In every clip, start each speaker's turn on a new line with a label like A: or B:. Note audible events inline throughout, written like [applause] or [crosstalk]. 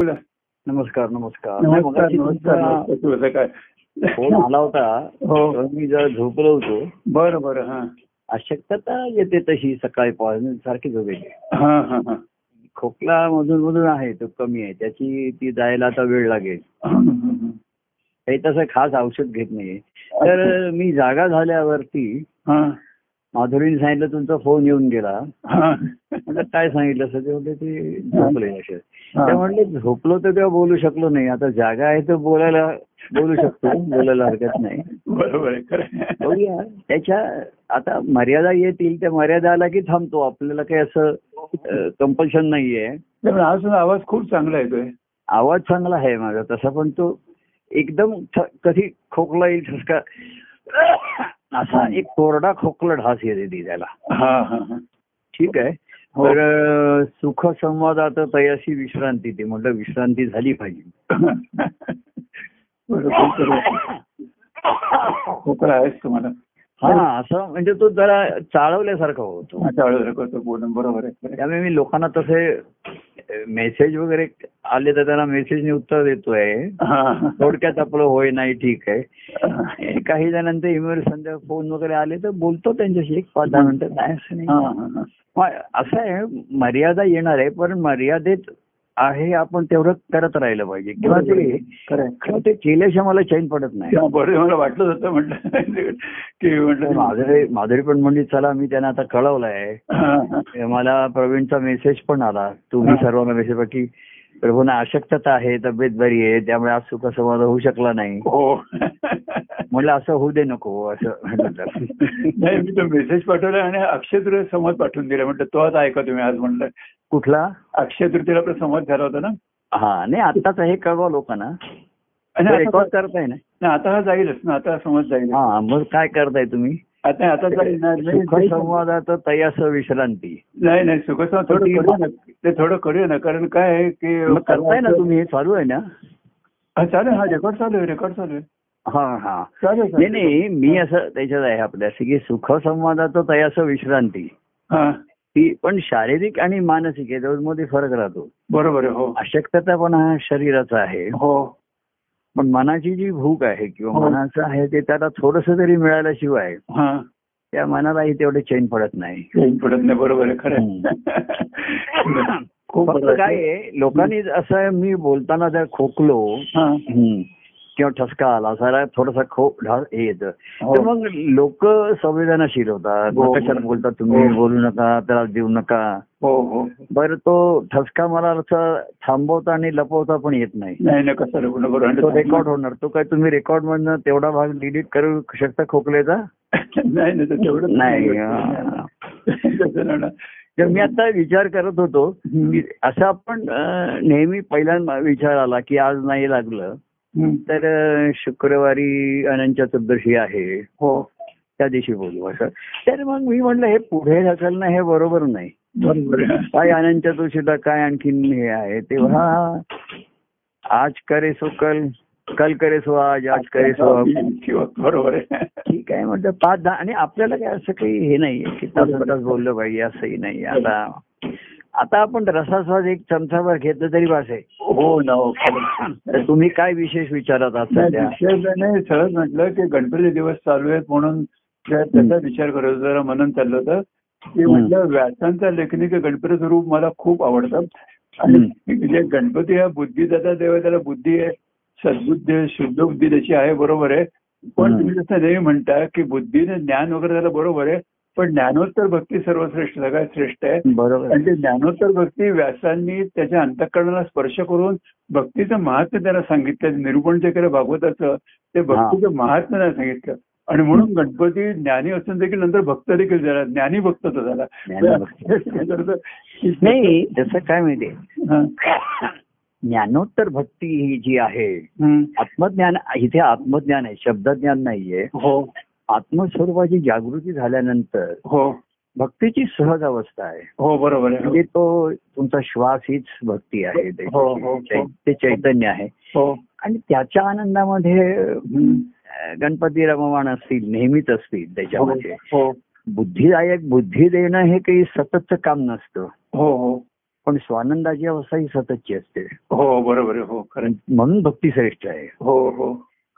A: बोला
B: नमस्कार नमस्कार नाही,
A: नमस्कार
B: मगाशी
A: नमस्कार
B: तुमचा
A: नमस्कार. तुझं काय
B: फोन आला होता
A: हो.
B: तर मी जरा झोपलो होतो
A: बरं बरं हा
B: अशक्तता येते तशी सकाळी पासून सारखी झोप येते
A: हा हा हा
B: खोकला मधून मधून आहे तो कमी आहे त्याची ती जायला आता वेळ लागेल
A: हा
B: काही तसं खास औषध घेत नाहीये तर मी जागा झाल्यावरती माधुरीने सांगितलं तुमचा फोन येऊन गेला
A: हा
B: म्हटलं काय सांगितलं असं ते म्हणले ते झोपले असे
A: हा.
B: ते म्हणले झोपलो तर तेव्हा बोलू शकलो नाही आता जागा आहे तर बोलायला बोलू शकतो बोलायला हरकत नाही
A: बरोबर आहे खरं आहे.
B: बघूया त्याच्या आता मर्यादा येतील त्या मर्यादा आला की थांबतो आपल्याला काही असं कंपल्शन नाहीये
A: त्यामुळे हा सुद्धा आवाज खूप चांगला येतोय
B: आवाज चांगला आहे माझा तसा पण तो एकदम थ- कधी खोकला येईल ठसका असा एक कोरडा खोकला ढास येते ती त्याला
A: हा हा हा
B: ठीक आहे
A: हो.
B: तर अं, सुख संवादात तयाशी विश्रांती ते म्हटलं विश्रांती झाली पाहिजे
A: बरं, खूप बरं. खोकला आहेस तुम्हाला
B: हा असं म्हणजे तो जरा चाळवल्यासारखा होतो
A: आता हळूहळू करतो बोलून बरोबर आहे खरं आहे.
B: त्यामुळे मी लोकांना तसे मेसेज वगैरे आले तर त्यांना मेसेजने उत्तर देतोय
A: हा,
B: थोडक्यात आपलं होय नाही ठीक आहे
A: हा.
B: आणि काही जणांचे ईमेल संध्या फोन वगैरे आले तर बोलतो त्यांच्याशी एक पाच दहा मिनिटं काय असं
A: हा,
B: नाही
A: हा, हा.
B: मग असं आहे मर्यादा येणार आहे पण मर्यादेत आहे आपण तेवढं करत राहिलं पाहिजे किंवा ते
A: खरं आहे.
B: किंवा ते केल्याशिवाय मला चैन पडत नाही
A: त्या बरोबर मला वाटलं होतं म्हटलं की म्हटलं
B: माधुरी माधुरी पण म्हणली चला मी त्यांना आता कळवलंय
A: हा, हा.
B: मला प्रवीणचा मेसेज पण आला तुम्ही
A: हा.
B: सर्वांना मेसेज की प्रभूंना अशक्तता आहे तब्येत बरी आहे त्यामुळे आज सुखसंवाद होऊ शकला नाही
A: हो
B: म्हणलं असं होऊ दे नको असं म्हटलं.
A: नाही मी तो मेसेज पाठवला आणि अक्षय तृतीया संवाद पाठवून दिला म्हटलं तो आज ऐका तुम्ही आज म्हटलं
B: कुठला
A: अक्षय तृतीयेला आपला संवाद झाला होता ना
B: हा नाही आत्ताच हे कळवा लोकांना
A: आणि
B: रेकॉर्ड
A: आता-
B: करताय ना
A: नाही, आता हा जाईलच ना आता हा संवाद जाईल
B: हा मग काय करताय तुम्ही
A: आता आता जाईल ना नाही
B: सुखसंवादात तयास विश्रांती
A: नाही सुखसंवाद थोडं
B: ती-
A: करूया ना ते थोडं करूया ना कारण काय आहे की
B: मग करताय ना तुम्ही हे चालू आहे ना
A: हा, चालेल हा रेकॉर्ड चालू आहे रेकॉर्ड चालू आहे
B: हा हा
A: चालेल, चालेल
B: नाही नाही मी असं त्याच्यात आहे आपल्या असं की सुखसंवादात तयास विश्रांती
A: हा
B: ती पण शारीरिक आणि मानसिक याच्यामध्ये फरक राहतो
A: बरोबर आहे हो
B: अशक्तता पण हा शरीराचा आहे
A: हो
B: पण मनाची जी भूक आहे किंवा
A: हो.
B: मनाचं आहे ते त्याला थोडस तरी मिळाल्याशिवाय
A: हा
B: त्या मनालाही तेवढे चैन पडत नाही
A: काही पडत नाही बरोबर आहे खरं आहे. [laughs] खूप
B: फक्त
A: बरोबर
B: काय
A: आहे.
B: आहे, लोकांनी असं मी बोलताना जर खोकलो
A: हा.
B: हं, किंवा ठसका आला सारा थोडासा खोक ढास हे येतं तर
A: हो.
B: मग लोक संवेदनाशील होतात
A: हो.
B: मग कशाला बोलतात तुम्ही
A: हो.
B: बोलू नका त्रास देऊ नका
A: हो हो
B: बरं तो ठसका मला असं थांबवता आणि लपवता पण येत नाही
A: नाही नाही कसं रे, पुन्हा बरोबर
B: तो रेकॉर्ड होणार तो काय तुम्ही रेकॉर्ड मधनं तेवढा भाग डिलीट करू शकता खोकल्याचा
A: [laughs] नाही नाही तर तेवढं
B: नाही
A: तसं नाही होणार.
B: तर मी आता विचार करत होतो
A: हं.
B: की असं आपण अं, नेहमी पहिल्यांदा विचार आला की आज नाही लागलं
A: हं.
B: तर अं, शुक्रवारी अनंत चतुर्दशी आहे
A: हो
B: त्या दिवशी बोलू असं तर मग मी म्हटलं हे पुढे ढकलणं हे बरोबर नाही
A: बरोबर आहे.
B: काय अनंत चतुर्दशीला काय आणखीन हे आहे तेव्हा आज करे सो कल कल करे सो आज आज
A: [laughs]
B: करे सो अब.
A: किंवा बरोबर आहे
B: ठीक आहे म्हणजे पाच दहा आणि आपल्याला काय असं काही हे नाहीये
A: हो,
B: की तास तास बोललो पाहिजे असंही नाही आता आता आपण रसास्वाद एक चमचाभर घेतलं तरी बस आहे
A: हो ना हो [laughs]
B: तर तुम्ही काय विशेष विचारात आहात
A: नाही,
B: सध्या
A: निश्चयपणे सहज म्हटलं की गणपती दिवस चालू आहेत म्हणून त्या- त्याचा विचार करत होतो, जरा मनन चाललं होतं की
B: हं.
A: म्हटलं व्यासांचा लेखनिक गणपती स्वरूप मला खूप आवडतात आणि म्हणजे गणपती हा बुद्धीदाता देव आहे, त्याला बुद्धी आहे सद्बुद्धी आहे, शुद्ध बुद्धी त्याची आहे बरोबर आहे पण
B: हं.
A: तुम्ही जसं नेहमी म्हणता की बुद्धीने ज्ञान वगैरे त्याला बरोबर आहे पण ज्ञानोत्तर भक्ती सर्वश्रेष्ठ सगळ्यात श्रेष्ठ आहे
B: बरोबर आहे.
A: आणि ते ज्ञानोत्तर भक्ती व्यासांनी त्याच्या अंतःकरणाला स्पर्श करून भक्तीचं महात्म्य त्यांना सांगितलं निरूपण जे केलं भागवताचं ते भक्तीचं महात्म्य त्यांना सांगितलं आणि म्हणून गणपती ज्ञानी असून देखील नंतर भक्त देखील झाला ज्ञानी भक्त तो झाला
B: ज्ञानी भक्त.
A: [laughs]
B: नाही तसं काय माहितीये
A: हं,
B: ज्ञानोत्तर भक्ती ही जी आहे
A: हं.
B: आत्मज्ञान इथे आत्मज्ञान आहे शब्दज्ञान नाहीये
A: हो
B: आत्मस्वरूपाची जागृती झाल्यानंतर
A: हो
B: भक्तीची सहज अवस्था आहे
A: हो बरोबर
B: म्हणजे
A: आहे
B: तो तुमचा श्वास हीच भक्ती आहे
A: हो, हो,
B: त्याची. चै- ते चैतन्य आहे
A: हो
B: आणि त्याच्या आनंदामध्ये
A: हं.
B: अं, गणपती रममाण असतील नेहमीच असतील त्याच्यामध्ये
A: हो
B: बुद्धिदायक बुद्धी देणं हे काही सततचं काम नसतं
A: हो हो
B: पण स्वानंदाची अवस्था ही सततची असते
A: हो बरोबर आहे हो खरं आहे.
B: म्हणून भक्ती श्रेष्ठ आहे
A: हो हो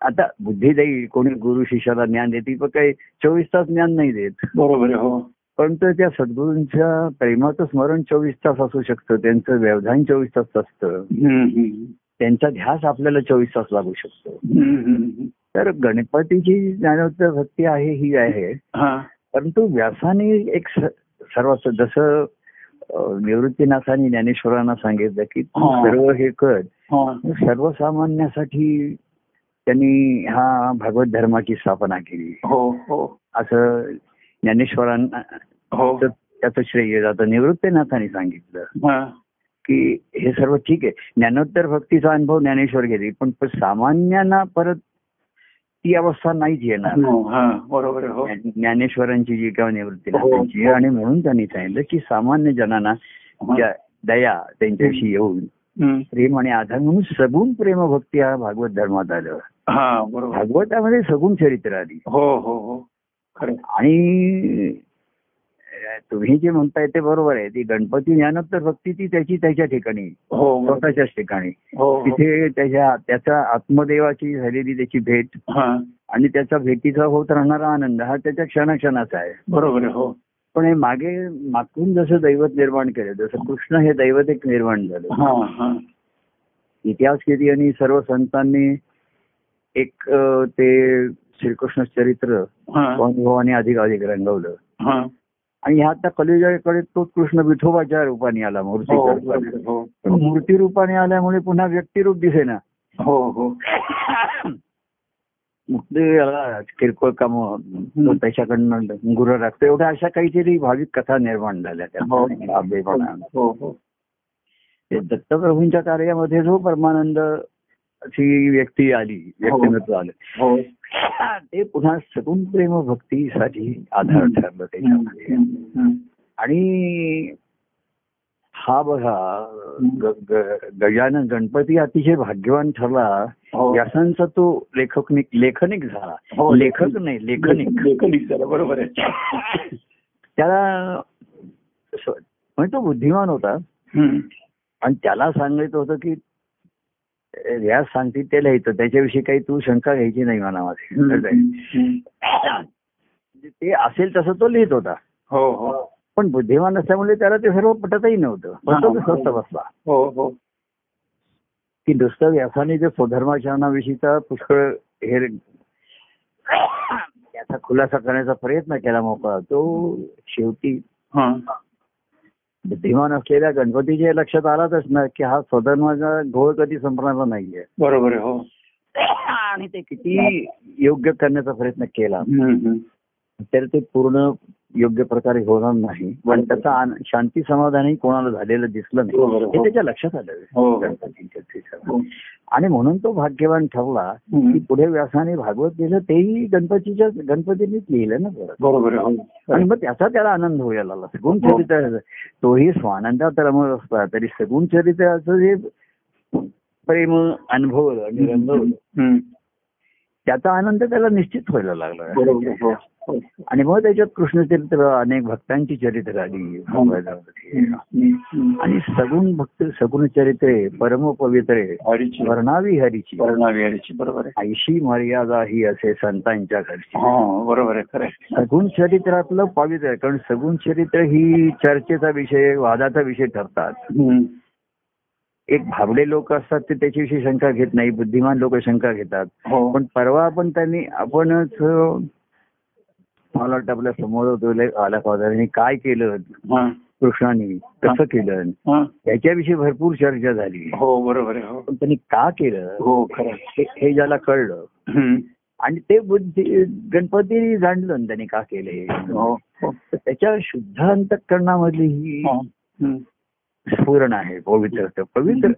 B: आता बुद्धी देईल कोणी गुरु शिष्याला ज्ञान देते पण काही चोवीस तास ज्ञान नाही देत
A: बरोबर आहे हो
B: परंतु त्या सद्गुरूंच्या प्रेमाचं स्मरण चोवीस तास असू शकतं त्यांचं व्यवधान चोवीस तास असतं
A: हम्म, हम्म.
B: त्यांचा ध्यास आपल्याला चोवीस तास लागू शकतो
A: हम्म, हम्म.
B: तर गणपतीची जी ज्ञानोत्तर भक्ती आहे ही आहे
A: हा
B: परंतु व्यासाने एक स- सर्वात जसं अं, निवृत्तीनाथाने ज्ञानेश्वरांना सांगितलं की तू
A: हा.
B: सर्व हे कर
A: हा
B: सर्वसामान्यासाठी त्यांनी हा भागवत धर्माची स्थापना केली
A: हो हो
B: असं ज्ञानेश्वरांना
A: हो
B: तर त्याचं श्रेय जातं निवृत्तीनाथांनी सांगितलं
A: हा
B: की हे सर्व ठीक आहे ज्ञानोत्तर भक्तीचा अनुभव ज्ञानेश्वर घेतली पण प- सामान्यांना परत ती अवस्था नाहीच येणार
A: हो, हा बरोबर आहे हो
B: ज्ञान- ज्ञानेश्वरांची जी किंवा निवृत्तीनाथांची
A: हो.
B: आणि म्हणून त्यांनी सांगितलं की सामान्य जनांना ज्या दया त्यांच्याविषयी येऊन
A: हम्म.
B: प्रेम आणि आधार म्हणून सगुण प्रेमभक्ती हा भागवत धर्मात आलं
A: हा बरोबर
B: भागवतामध्ये सगुण चरित्र आली
A: हो हो हो खरं आहे.
B: आणि अ, तुम्ही जे म्हणताय ते बरोबर आहे ती गणपती ज्ञानोत्तर भक्ती ती त्याची त्याच्या ठिकाणी
A: हो बरोबर.
B: स्वतःच्याच ठिकाणी
A: हो हो.
B: तिथे त्याच्या त्याच्या आत्मदेवाची झालेली त्याची भेट
A: हा
B: आणि त्याचा भेटीचा होत राहणारा आनंद हा त्याच्या क्षणाक्षणाचा आहे
A: बरोबर आहे हो
B: पण हे मागे मागून जसं दैवत निर्माण केलं जसं कृष्ण हे दैवत एक निर्माण झालं
A: हा हा
B: इतिहास किती आणि सर्व संतांनी एक अ, ते श्रीकृष्ण चरित्र
A: हा
B: अनुभवाने अधिक अधिक रंगवलं
A: हा
B: आणि ह्या आता कलियुगाकडे तो कृष्ण विठोबाच्या रूपाने आला
A: हो
B: मूर्तीच्या
A: बरोबर
B: रूपाने
A: आहे. हो
B: तो मूर्ती रूपाने आल्यामुळे पुन्हा व्यक्तिरूप दिसेना
A: हो हो
B: मग ते याला किरकोळ काम त्याच्याकडनं गुरु लागतो एवढ्या अशा काहीतरी भाविक कथा निर्माण झाल्या
A: हो.
B: त्या आबेपणा.
A: हो हो
B: ते दत्तप्रभूंच्या कार्यामध्ये जो परमानंद ची व्यक्ती आली व्यक्तिमत्व आलं
A: हो
B: ते पुन्हा सगुण प्रेम भक्तीसाठी आधार ठरलं त्याच्यामध्ये आणि हा बघा ग- ग- गजानन गणपती अतिशय भाग्यवान ठरला
A: हो.
B: व्यासांचा तो लेखनिक लेखनिक झाला
A: हो,
B: लेखक नाही लेखनिक
A: लेखनिक झालं बरोबर आहे
B: त्याला स- म्हणजे तो बुद्धिमान होता
A: हम्म.
B: आणि त्याला सांगायचं होतं की व्यास सांगतील ते लिहायचं त्याच्याविषयी काही तू शंका घ्यायची नाही मनामध्ये
A: हम्म.
B: ते असेल तसं तो लिहित होता
A: हो हो
B: पण बुद्धिमान असल्यामुळे त्याला ते सर्व पटतही नव्हतं पण तो
A: हा.
B: स्वस्त बसला
A: हो हो
B: की नुसतं व्यासाने जे स्वधर्माचरणाविषयीचा पुष्कळ हे त्याचा खुलासा करण्याचा प्रयत्न केला मोकळा तो शेवटी
A: हा
B: बुद्धिमान असलेल्या गणपतीच्या लक्षात आलाच ना की हा स्वधर्माचा घोळ कधी संपणारा नाहीये
A: बरोबर आहे हो
B: आणि ते किती योग्य करण्याचा प्रयत्न केला
A: हम्म, हम्म.
B: तर ते पूर्ण योग्य प्रकारे होणार नाही आणि त्याचा आन- शांती समाधानही कोणाला झालेलं दिसलं
A: बरोबर,
B: नाही
A: हो.
B: हे त्याच्या लक्षात आलं
A: हो.
B: गणपतींच्या चर्चेच्या.
A: हो.
B: आणि म्हणून तो भाग्यवान ठरला की
A: हम्म.
B: पुढे व्यासाने भागवत लिहिलं तेही गणपतीच्या गणपतीनेच लिहिलं ना परत
A: बरोबर आहे
B: आणि
A: हो
B: मग त्याचा त्याला आनंद होईल आला सगुण चरित्र तोही स्वानंदात रमत असता तरी सगुण चरित्राचं जे प्रेम अनुभवलं आणि रंगवलं
A: हम्म.
B: त्याचा आनंद त्याला निश्चित व्हायला
A: बरोबर
B: लागला
A: आहे. हो
B: आणि मग त्याच्यात कृष्णचरित्र अनेक भक्तांची चरित्र आली
A: हो. हम्म, हम्म.
B: आणि सगुण भक्त सगुण चरित्रे परम पवित्रे
A: हरीची
B: वर्णावी हरीची
A: परिणामी हरीची बरोबर आहे
B: ऐशी मर्यादा ही असे संतांच्या घरची
A: हा बरोबर आहे खरं आहे.
B: सगुण चरित्रातलं पवित्र आहे कारण सगुण चरित्र ही चर्चेचा विषय वादाचा विषय ठरतात
A: हम्म.
B: एक भाबडे लोक असतात ते त्याच्याविषयी शंका घेत नाही बुद्धिमान लोक शंका घेतात
A: हो
B: पण परवा आपण त्यांनी आपणच अं, मला वाटतं आपल्या समोर होतो लय आला फादरांनी काय केलं
A: हा
B: कृष्णाने कसं केलं
A: हा
B: याच्याविषयी भरपूर चर्चा झाली
A: हो बरोबर आहे हो
B: पण त्यांनी का केलं
A: हो खरं आहे.
B: हे- हे ज्याला कळलं
A: हम्म.
B: आणि ते बुद्धी गणपतीने जाणलं ना त्यांनी का केलं हे.
A: हो हो
B: तर त्याच्या शुद्ध अंतकरणामधली ही
A: हा. हम्म.
B: स्फुरण आहे
A: हो.
B: पवित्र पवित्र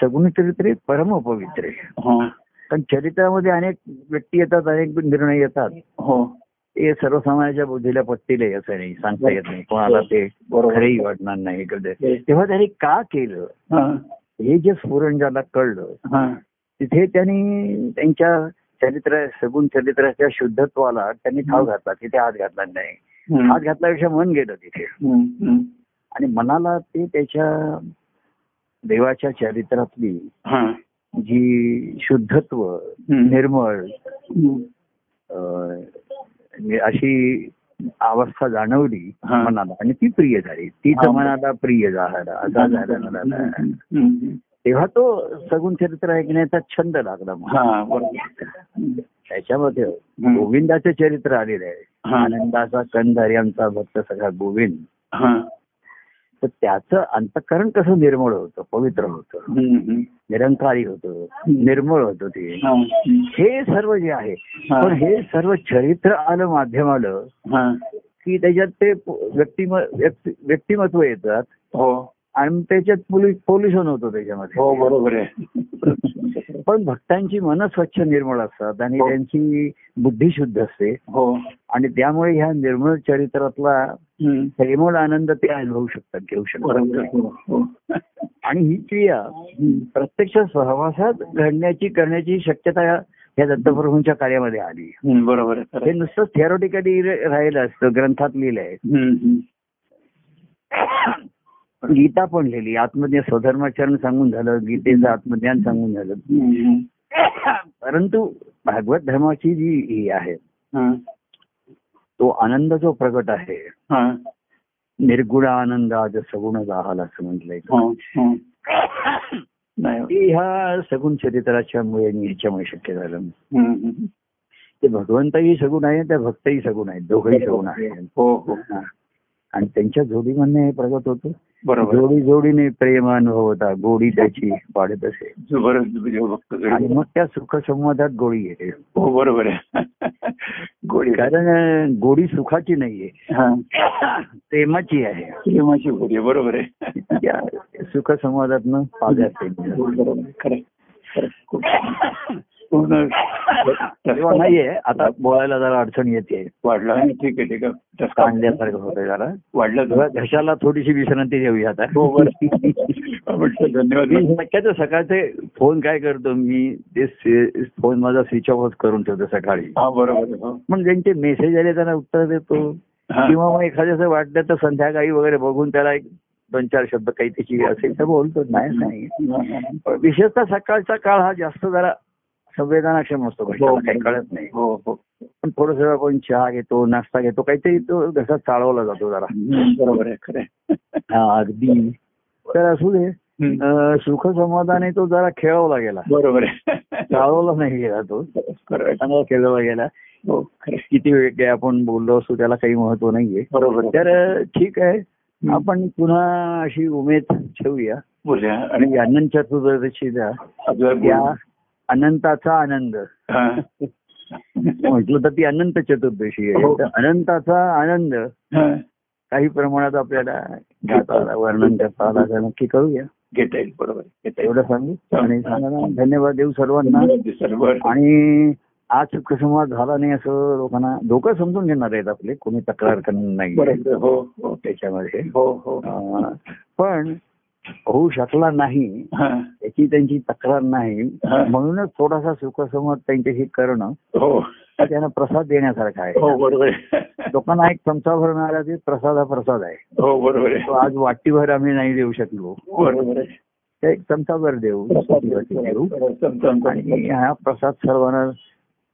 B: सगुण चरित्रे परम पवित्रे
A: हा.
B: कारण चरित्रामध्ये अनेक व्यक्ती येतात अनेक निर्णय येतात
A: हो
B: ते सर्वसामान्याच्या बुद्धीला पटतील हे असं नाही सांगता येत नाही कोणाला ते
A: बरोबर.
B: खरंही वाटणार नाही हे कळतंय. तेव्हा त्यांनी का केलं
A: हा.
B: हे जे स्फुरण ज्याला कळलं
A: हा.
B: तिथे त्यांनी त्यांच्या चरित्र सगुण चरित्राच्या शुद्धत्वाला त्यांनी ठाव घातला तिथे हात घातला नाही
A: हम्म.
B: हात घातल्यापेक्षा मन गेलं तिथे
A: हम्म. हम्म.
B: आणि मनाला ते त्याच्या देवाच्या चरित्रातली
A: हा
B: जी शुद्धत्व
A: हम्म.
B: निर्मळ
A: हम्म.
B: अं, म्हणजे अशी अवस्था जाणवली
A: हा.
B: मनाला आणि ती प्रिय झाली ती तर
A: हा.
B: मनाला प्रिय झाला असा झाला मनाला.
A: हम्म.
B: तेव्हा तो सगुण चरित्र ऐकण्याचा छंद लागला मला.
A: हा बरोबर
B: त्याच्यामध्ये
A: हम्म.
B: गोविंदाचे चरित्र आलेलं आहे
A: हा.
B: आनंदाचा कंधारी आमचा भक्त सगळा गोविंद
A: हा
B: तर त्याचं अंतकरण कसं निर्मळ होतं पवित्र होतं
A: हम्म. हम्म.
B: निरंकारी होतं निर्मळ होतं ते
A: हा.
B: हे सर्व जे आहे
A: हा.
B: पण हे सर्व चरित्र आलं माध्यम आलं
A: हा
B: की त्याच्यात ते व्यक्तिम व्यक्ति- व्यक्तिमत्व येतात
A: हो
B: आणि त्याच्यात पोलिस पोल्युशन होतं त्याच्यामध्ये
A: हो बरोबर आहे
B: पण भक्तांची मन स्वच्छ निर्मळ असतात आणि
A: हो.
B: त्यांची बुद्धी शुद्ध असते
A: हो
B: आणि त्यामुळे ह्या निर्मळ चरित्रातला
A: हम्म.
B: प्रेमळ आनंद ते अनुभवू शकतात घेऊ
A: बरोबर
B: शकतात
A: आहे. हो.
B: आणि ही क्रिया
A: हम्म.
B: प्रत्यक्ष सहवासात घडण्याची करण्याची शक्यता या दत्तप्रभूंच्या कार्यामध्ये आली
A: हम्म, बरोबर आहे खरं
B: हे
A: आहे.
B: नुसतं थिअरोटिकली राहिलं असतं ग्रंथात लिहिलं आहे
A: हम्म. हम्म.
B: गीता पण लिहिली आत्मज्ञान स्वधर्माचरण सांगून झालं गीतेचं आत्मज्ञान सांगून झालं
A: हम्म.
B: परंतु भागवत धर्माची जी ही आहे
A: हा.
B: तो आनंद जो प्रगट आहे
A: हा.
B: निर्गुण आनंद आज सगुण जाहाला असं म्हटलंय
A: हो. हो. नाही हो.
B: ती ह्या सगुण चरित्राच्या मुळे आणि ह्याच्यामुळे शक्य झालं
A: हम्म. हम्म.
B: ते भगवंतही सगुण आहे त्या भक्तही सगुण आहेत दोघंही सगुण आहेत
A: हो हो
B: हा. आणि त्यांच्या जोडीमधनं हे प्रगत होतं
A: बरोबर
B: जोडी जोडीने प्रेम अनुभवता गोडी त्याची वाढत असे
A: जबरदस्त तुझे भक्त
B: आणि
A: घरी.
B: मग त्या सुखसंवादात गोडी येते
A: हो बरोबर आहे [laughs] गोडी
B: कारण अं, गोडी सुखाची नाहीये
A: हा
B: प्रेमाची आहे
A: प्रेमाची गोडी आहे, बरोबर आहे
B: त्या सुखसंवादातनं पाजाते
A: बरोबर आहे, खरं आहे, खरं आहे. खूप- पूर्ण
B: तेव्हा नाहीये आता बोलायला जरा अडचण येते
A: वाढला हा, ठीक आहे ठीक आहे ठसका
B: कांद्यासारखं होतंय जरा
A: वाढला [laughs]
B: तेव्हा घशाला थोडीशी विश्रांती देऊया आता
A: हो बरं म्हटलं
B: मी
A: धन्यवाद
B: शक्यतो सकाळचे फोन काय करतो मी ते फोन माझा स्विच ऑफ करून ठेवतो सकाळी
A: हा बरोबर आहे, हो.
B: पण ज्यांचे मेसेज आले त्यांना उत्तर देतो
A: हा.
B: किंवा मग एखाद्याचं वाटलं तर संध्याकाळी वगैरे बघून त्याला एक दोन चार शब्द काही त्याची असेल तर बोलतो नाही नाही
A: हा, हा, हा.
B: पण विशेषतः सकाळचा काळ हा जास्त जरा संवेदनाक्षम असतो घशाला काही कळत नाही
A: हो हो
B: पण थोडस आपण चहा घेतो नाश्ता घेतो काहीतरी तो घसा चालवला जातो जरा
A: बरोबर आहे खरं आहे.
B: हा, अगदी तर असू दे
A: हम्म.
B: अं, सुखसमाधाने तो जरा खेळवला गेला
A: बरोबर आहे
B: चालवला नाही गेला तो
A: खरं आहे.
B: चांगला खेळवला गेला
A: हो खरं आहे.
B: किती वेळ काय आपण बोललो असतो त्याला काही महत्व नाहीये
A: बरोबर आहे.
B: तर अं, ठीक आहे आपण पुन्हा अशी उमेद ठेवूया
A: बोलूया
B: आणि
A: आणि
B: अनंत चतुर्दशीला
A: आपलं
B: या
A: बोलू.
B: अनंताचा आनंद
A: हा.
B: [laughs]
A: हो.
B: म्हटलं तर ती अनंत चतुर्दशी आहे तर अनंताचा आनंद
A: हा.
B: काही प्रमाणात आपल्याला घेता आला, वर्णन करता आला तर नक्की करूया
A: घेता येईल बरोबर आहे. घेता येईल
B: एवढं सांगू आणि सांगायला धन्यवाद देऊ सर्वांना
A: सर्व
B: आणि आज सुखसंवाद झाला नाही असं लोकांना लोक समजून घेणार आहेत आपले कोणी तक्रार करणार नाही
A: बरोबर हो हो
B: त्याच्यामध्ये
A: हो हो
B: अं, पण होऊ शकला नाही
A: हा.
B: याची त्यांची तक्रार नाही
A: हा.
B: म्हणूनच थोडासा सुखसंवाद त्यांच्याशी करणं
A: हो
B: हा त्यांना प्रसाद देण्यासारखा
A: हो
B: आहे
A: बरोबर आहे.
B: लोकांना एक चमचाभर मिळाला ते प्रसाद हा प्रसाद आहे
A: हो बरोबर आहे
B: तो आज वाटीभर आम्ही नाही देऊ शकलो
A: बरोबर आहे
B: ते एक चमचाभर देऊ वाटी देऊ आणि
A: हो
B: हा प्रसाद सर्वांना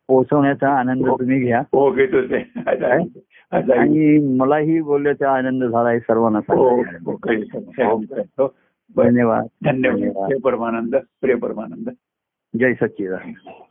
B: पोहोचवण्याचा आनंद तुम्ही घ्या
A: घेतो ते आज आहे. आज आहे.
B: आणि मलाही बोलल्याचा आनंद झाला आहे सर्वांना
A: हो
B: सांगायला.
A: हो, काही नाही. हो.
B: धन्यवाद
A: धन्यवाद
B: धन्यवाद.
A: जय परमानंद प्रिय परमानंद
B: जय सच्चिदानंद